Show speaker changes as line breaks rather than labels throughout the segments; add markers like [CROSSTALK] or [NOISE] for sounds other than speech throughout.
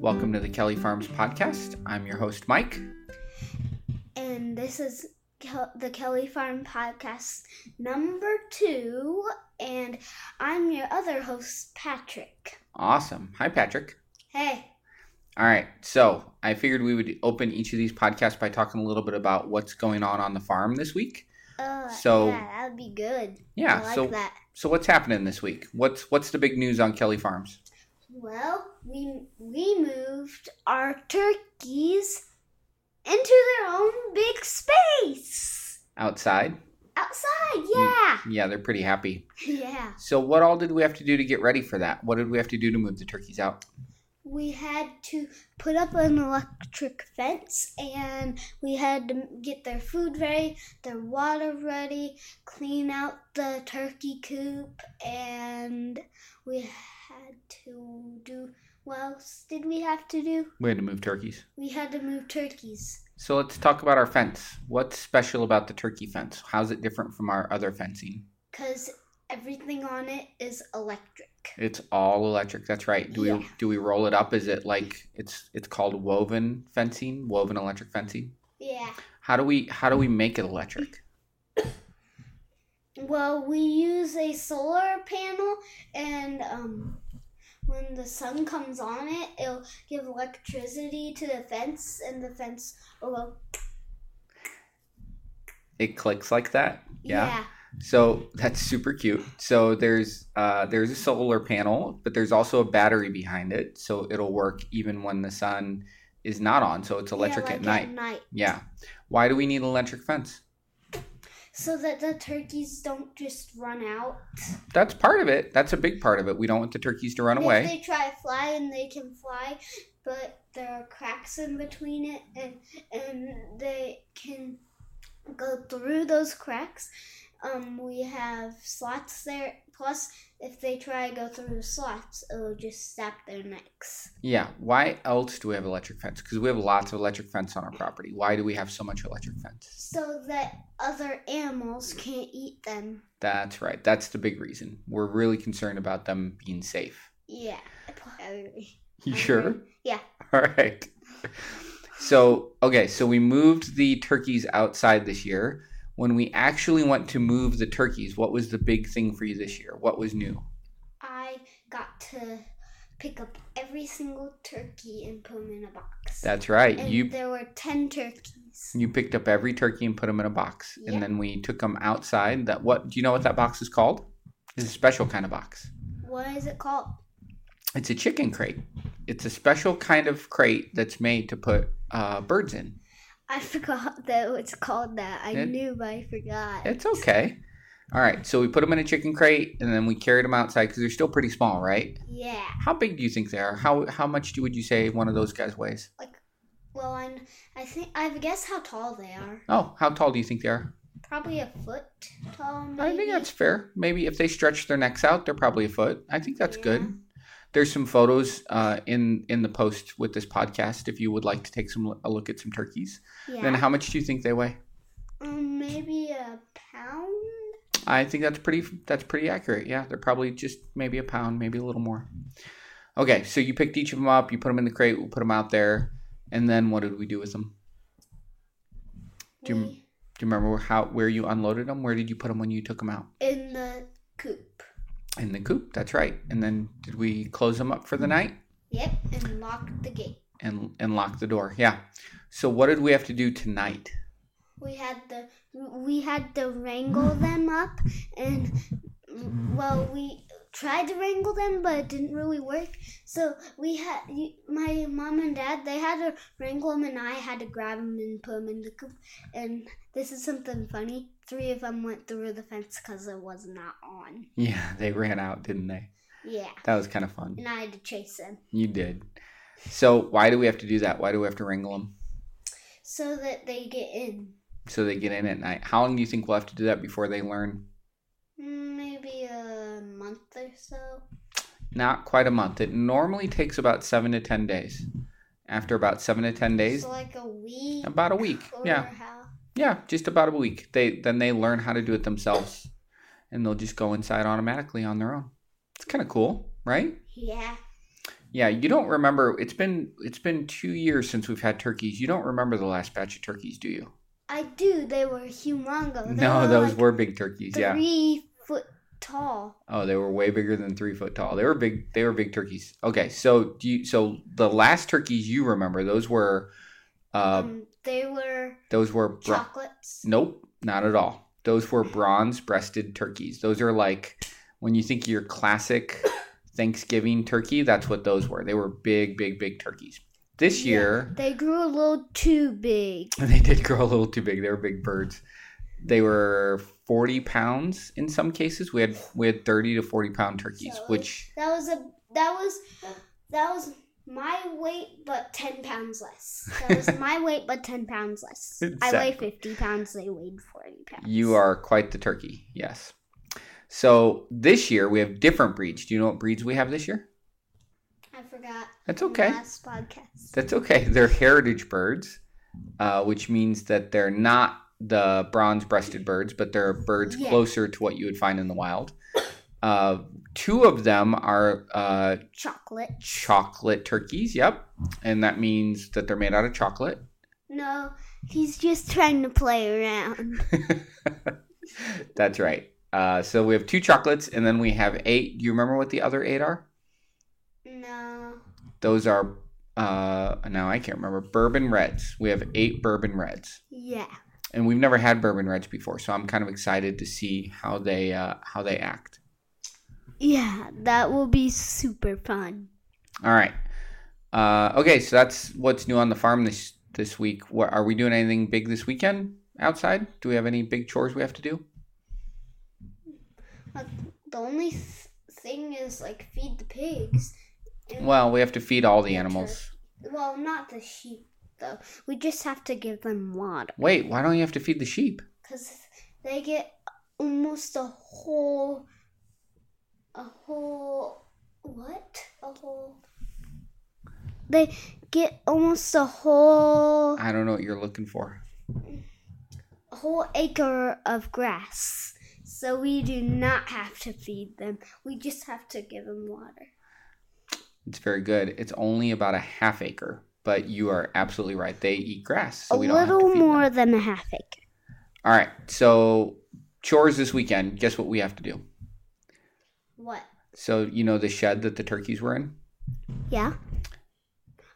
Welcome to the Kelly Farms podcast. I'm your host, Mike.
And this is Kel- the Kelly Farm podcast number two. And I'm your other host, Patrick.
Awesome. Hi, Patrick.
Hey.
All right. So I figured we would open each of these podcasts by talking a little bit about what's going on on the farm this week.
Uh,
So-
yeah, that would be good.
Yeah.
I like
so
that.
so what's happening this week? What's what's the big news on Kelly Farms?
Well, we we moved our turkeys into their own big space
Outside?
outside.
Mm.
Yeah, [LAUGHS]
Yeah, they're pretty happy.
yeah.
So what all did we have to do to get ready for that? What did we have to do to move the turkeys out?
We had to put up an electric fence, and we had to get their food ready, their water ready, clean out the turkey coop, and we had to do. What else did we have to do?
We had to move turkeys.
We had to move turkeys.
So let's talk about our fence. What's special about the turkey fence? How's it different from our other fencing?
because everything on it is electric.
It's all electric. That's right. Do we
Yeah.
do we roll it up? Is it like it's it's called woven fencing, woven electric fencing?
Yeah.
How do we how do we make it electric?
Well, we use a solar panel, and um, when the sun comes on it, it'll give electricity to the fence, and the fence oh, will.
It clicks like that. Yeah. So that's super cute. So there's uh, there's a solar panel, but there's also a battery behind it, so it'll work even when the sun is not on. So it's electric
Yeah,
at
like
night.
At night,
Yeah. Why do we need an electric fence?
so that the turkeys don't just run out.
That's part of it. That's a big part of it. We don't want the turkeys to run away.
If they try to fly and they can fly, but there are cracks in between it, and and they can go through those cracks. Um, we have slots there. Plus, if they try to go through the slots, it'll just snap their necks.
Yeah. Why else do we have electric fence? Because we have lots of electric fence on our property. Why do we have so much electric fence?
So that other animals can't eat them.
That's right. That's the big reason. We're really concerned about them being safe.
Yeah.
You sure?
Yeah.
[LAUGHS] All right. So, okay, so we moved the turkeys outside this year. When we actually went to move the turkeys, what was the big thing for you this year? What was new?
I got to pick up every single turkey and put them in a box.
That's right.
and
You Mm.
there were 10 turkeys.
you picked up every turkey and put them in a box,
Yeah.
and then we took them outside. That what? Do you know what that box is called? It's a special kind of box.
What is it called?
It's a chicken crate. It's a special kind of crate that's made to put uh, birds in.
I [LAUGHS] forgot that it's called that. I
It-
knew, but I forgot.
It's okay. All right, so we put them in a chicken crate, and then we carried them outside because they're still pretty small, right?
yeah.
How big do you think they are? How how much do, would you say one of those guys weighs?
Well, I, kn- I think I guess how tall they are.
Oh, how tall do you think they are?
Probably a foot tall. Maybe.
I think that's fair. Maybe if they stretch their necks out, they're probably a foot. I think that's
Yeah.
good. There's some photos uh, in in the post with this podcast if you would like to take some a look at some turkeys.
yeah.
Then how much do you think they weigh?
um, maybe a pound.
I think that's pretty that's pretty accurate. Yeah, they're probably just maybe a pound, maybe a little more. Okay, so you picked each of them up, you put them in the crate, we put them out there, and then what did we do with them? Do you-
We-
Do you remember how where you unloaded them? Where did you put them when you took them out?
in the coop.
In the coop. That's right. And then did we close them up for the night
Yep, and lock the gate.
and and lock the door? Yeah. So what did we have to do tonight? [LAUGHS]
We had the we had to wrangle them up, and well, we tried to wrangle them, but it didn't really work. So we had you, my mom and dad. They had to wrangle them, and I had to grab them and put them in the coop. And this is something funny. Three of them went through the fence because it was not on.
Yeah, they ran out, didn't they?
Yeah,
That was kind of fun.
and I had to chase them
You did. So why do we have to do that? Why do we have to wrangle them?
so that they get in.
so they get in at night. How long do you think we'll have to do that before they learn?
Mm, Maybe a month or so.
Not quite a month. It normally takes about seven to ten days. After about seven to ten days,
So like a week.
about a week.
Or
Yeah,
How,
yeah, just about a week. They then they learn how to do it themselves, and they'll just go inside automatically on their own. It's kind of cool, right?
yeah.
Yeah, you don't remember. It's been it's been two years since we've had turkeys. You don't remember the last batch of turkeys, do you?
I do. They were humongo. They
No,
were
those
like
were big turkeys. Yeah.
three foot tall.
Oh, they were way bigger than three foot tall. They were big. They were big turkeys. Okay, so do you? So the last turkeys you remember, those were, uh,
um, they were
those were bro-
chocolates.
Nope, not at all. Those were bronze breasted turkeys. Those are like when you think of your
[COUGHS]
classic Thanksgiving turkey, that's what those were. They were big, big, big turkeys. This
Yeah.
year, [LAUGHS]
They grew a little too big.
they did grow a little too big. They were big birds. They were 40 pounds in some cases. We had we had 30 to 40 pound turkeys,
So, like-
which
That was a that was that was my weight but ten pounds less. That
[LAUGHS]
was my weight but ten pounds less. I weigh
Exactly.
fifty pounds, they weighed forty pounds.
you are quite the turkey. Yes. So this year we have different breeds. Do you know what breeds we have this year?
I forgot
That's
from
okay.
last podcast.
That's okay. [LAUGHS] They're heritage birds, uh, which means that they're not the bronze breasted birds, but they're birds
Yeah.
closer to what you would find in the wild. [COUGHS] Uh, two of them are uh,
Chocolate.
chocolate turkeys. Yep. And that means that they're made out of chocolate. [LAUGHS]
No, he's just trying to play around.
That's right. Uh, so we have two chocolates, and then we have eight. Do you remember what the other eight are?
No.
Those are, uh, no, I can't remember. Bourbon reds. We have eight bourbon reds.
Yeah.
and we've never had bourbon reds before, so I'm kind of excited to see how they uh, how they act.
Yeah, that will be super fun.
All right, uh, okay, so that's what's new on the farm this this week. What, are we doing anything big this weekend outside? Do we have any big chores we have to do?
The only th- thing is like feed the pigs. And,
Well, we have to feed all the animals.
well, not the sheep though. We just have to give them water
Wait, why don't you have to feed the sheep?
because they get almost a whole, a whole what? A whole. They get almost a whole
I don't know what you're looking for.
a whole acre of grass. So we do not have to feed them. We just have to give them water.
It's very good. It's only about a half acre, but you are absolutely right. They eat grass, so
a
we don't have to
little
feed them.
more than a half acre.
All right, so chores this weekend. Guess what we have to do?
What?
So you know the shed that the turkeys were in?
Yeah.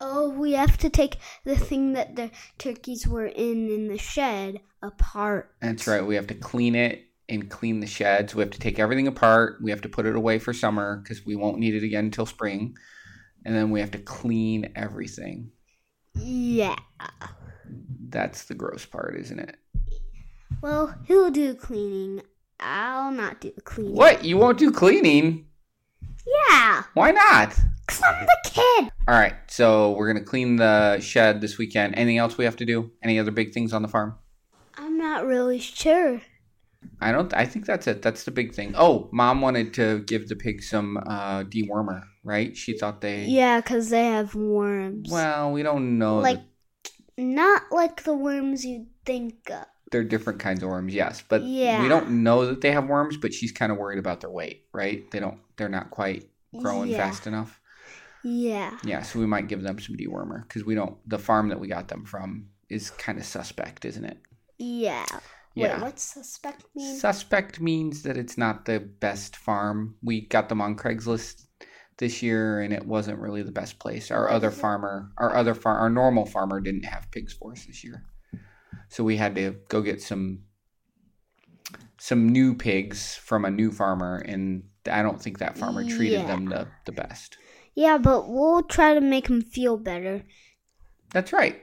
Oh, we have to take the thing that the turkeys were in in the shed apart.
That's right. We have to clean it and clean the sheds. We have to take everything apart. We have to put it away for summer because we won't need it again until spring. And then we have to clean everything.
Yeah.
That's the gross part, isn't it?
Well, he'll do cleaning. I'll not do the cleaning.
What? You won't do cleaning?
Yeah,
Why not?
'cause I'm the kid.
All right. So we're going to clean the shed this weekend. Anything else we have to do? Any other big things on the farm?
I'm not really sure.
I don't. I think that's it. That's the big thing. Oh, mom wanted to give the pigs some uh, dewormer, right? She thought they.
Yeah, 'cause they have worms.
Well, we don't know.
like,
that
not like the worms you'd think of.
they're different kinds of worms, yes, but we
Yeah.
don't know that they have worms. But she's kind of worried about their weight, right? They don't. They're not quite growing
yeah.
fast enough.
Yeah.
Yeah, so we might give them some dewormer because we don't. The farm that we got them from is kind of suspect, isn't it?
Yeah.
Yeah.
Wait, what's suspect mean?
Suspect means that it's not the best farm. We got them on Craigslist this year, and it wasn't really the best place. Our
What
other
is it?
farmer, our other far, our normal farmer didn't have pigs for us this year, so we had to go get some some new pigs from a new farmer, and I don't think that farmer treated
Yeah.
them the the best.
yeah, but we'll try to make him feel better.
That's right.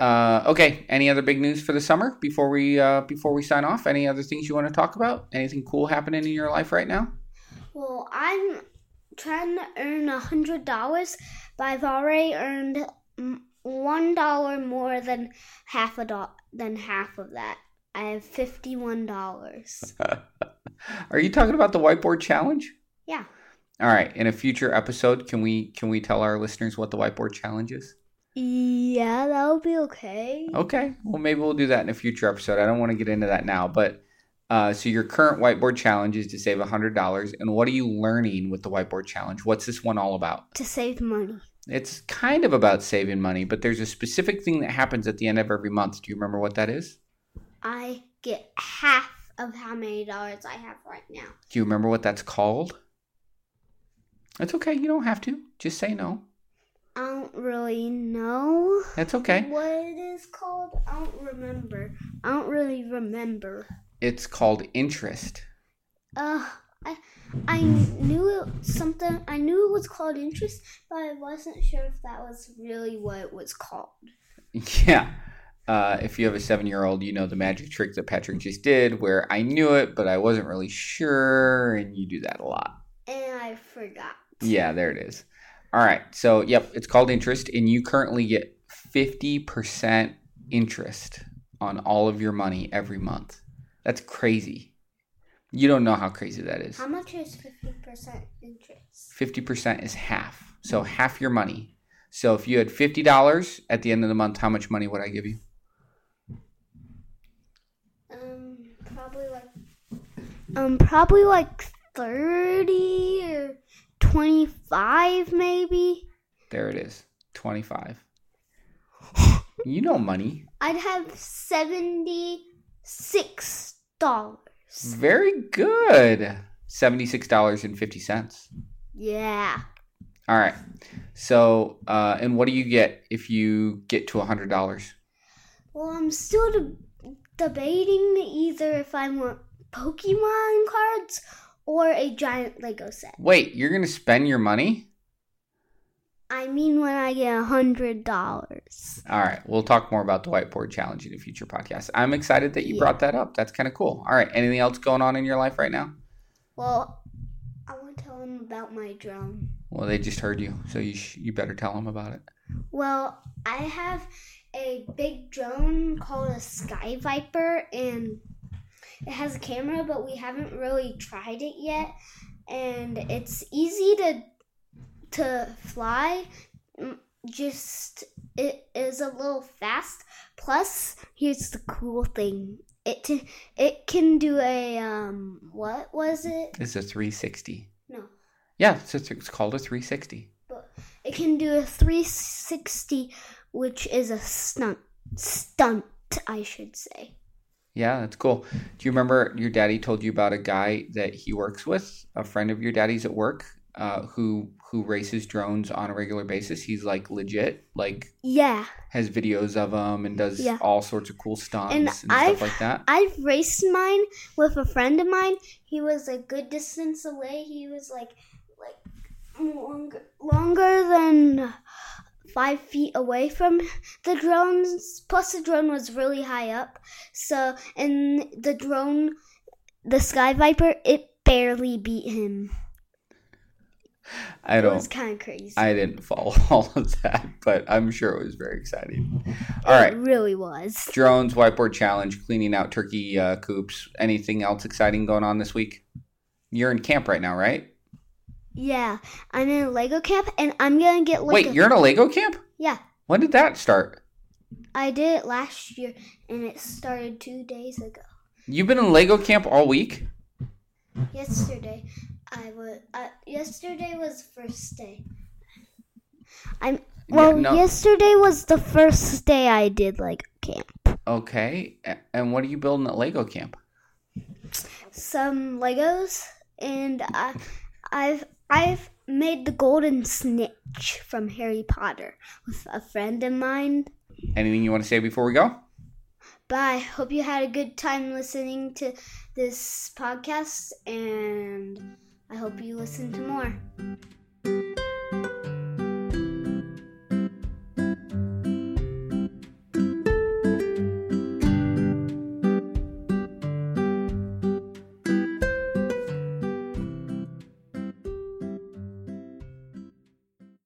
Uh, okay. Any other big news for the summer before we uh, before we sign off? Any other things you want to talk about? Anything cool happening in your life right now?
Well, I'm trying to earn a hundred dollars, but I've already earned mm, one dollar more than half a do- than half of that. I have fifty-one dollars.
Are you talking about the whiteboard challenge?
Yeah.
All right. In a future episode, can we can we tell our listeners what the whiteboard challenge is?
yeah, that'll be okay.
Okay. Well, maybe we'll do that in a future episode. I don't want to get into that now, but Uh, so your current whiteboard challenge is to save $100. And what are you learning with the whiteboard challenge? What's this one all about?
to save money.
It's kind of about saving money, but there's a specific thing that happens at the end of every month. Do you remember what that is?
I get half of how many dollars I have right now.
Do you remember what that's called? That's okay. You don't have to. Just say no.
I don't really know
That's okay.
what it is called. I don't remember. I don't really remember.
It's called interest.
Uh, I I knew it, something. I knew it was called interest, but I wasn't sure if that was really what it was called.
Yeah. Uh, if you have a seven year old, you know the magic trick that Patrick just did where I knew it, but I wasn't really sure. And you do that a lot.
And I forgot.
Yeah, there it is. All right. So, yep, it's called interest, and you currently get 50% interest on all of your money every month. That's crazy. You don't know how crazy that is.
How much is fifty percent interest?
50% is half. So, half your money. So, if you had $50 at the end of the month, how much money would I give you?
Um, probably like um, probably like thirty or twenty-five, maybe.
There it is
[LAUGHS]
25. You know money.
I'd have
Mm.
seventy-six dollars.
Very good. $76.50.
Yeah.
All right. So, uh, and what do you get if you get to a hundred dollars?
Well, I'm still de- debating either if I want Pokemon cards or a giant Lego set.
Wait, you're gonna spend your money?
I mean, when I get a hundred dollars.
All right. We'll talk more about the whiteboard challenge in a future podcast. I'm excited that you
Yeah.
brought that up. That's kind of cool. All right. Anything else going on in your life right now?
Well, I want to tell him about my drone.
Well, they just heard you, so you sh- you better tell them about it.
Well, I have a big drone called a Sky Viper, and it has a camera, but we haven't really tried it yet. And it's easy to to fly. mm, Just it is a little fast. Plus, here's the cool thing: it t- it can do a um what was it?
It's a 360.
No,
Yeah, it's, a th- it's called a 360.
it can do a 360, which is a stunt. Stunt, I should say.
Yeah, that's cool. Do you remember your daddy told you about a guy that he works with, a friend of your daddy's at work, uh, who who races drones on a regular basis? He's like legit, like
Yeah,
has videos of them and does
Yeah.
all sorts of cool stunts and,
And
stuff
I've-
like that.
I've raced mine with a friend of mine. He was a good distance away. He was like, like longer, longer than five feet away from the drones. Plus, the drone was really high up. So, and the drone, the Sky Viper, it barely beat him.
I
It was
don't,
kind of crazy.
I didn't follow [LAUGHS] all of that, but I'm sure it was very exciting. All right,
It really was.
drones, whiteboard challenge, cleaning out turkey uh, coops. Anything else exciting going on this week? You're in camp right now, right?
Yeah, I'm in a Lego camp, and I'm gonna get like
Wait,
a-
you're in a Lego camp?
Yeah.
When did that start?
I did it last year, and it started two days ago.
You've been in Lego camp all week?
Yesterday, I was. Uh, yesterday was first day. I'm. Well,
no.
yesterday was the first day I did Lego camp.
Okay. a- And what are you building at Lego camp?
Some Legos, and I, I've I've made the golden snitch from Harry Potter with a friend of mine.
Anything you want to say before we go?
Bye. Hope you had a good time listening to this podcast, and I hope you listen to more.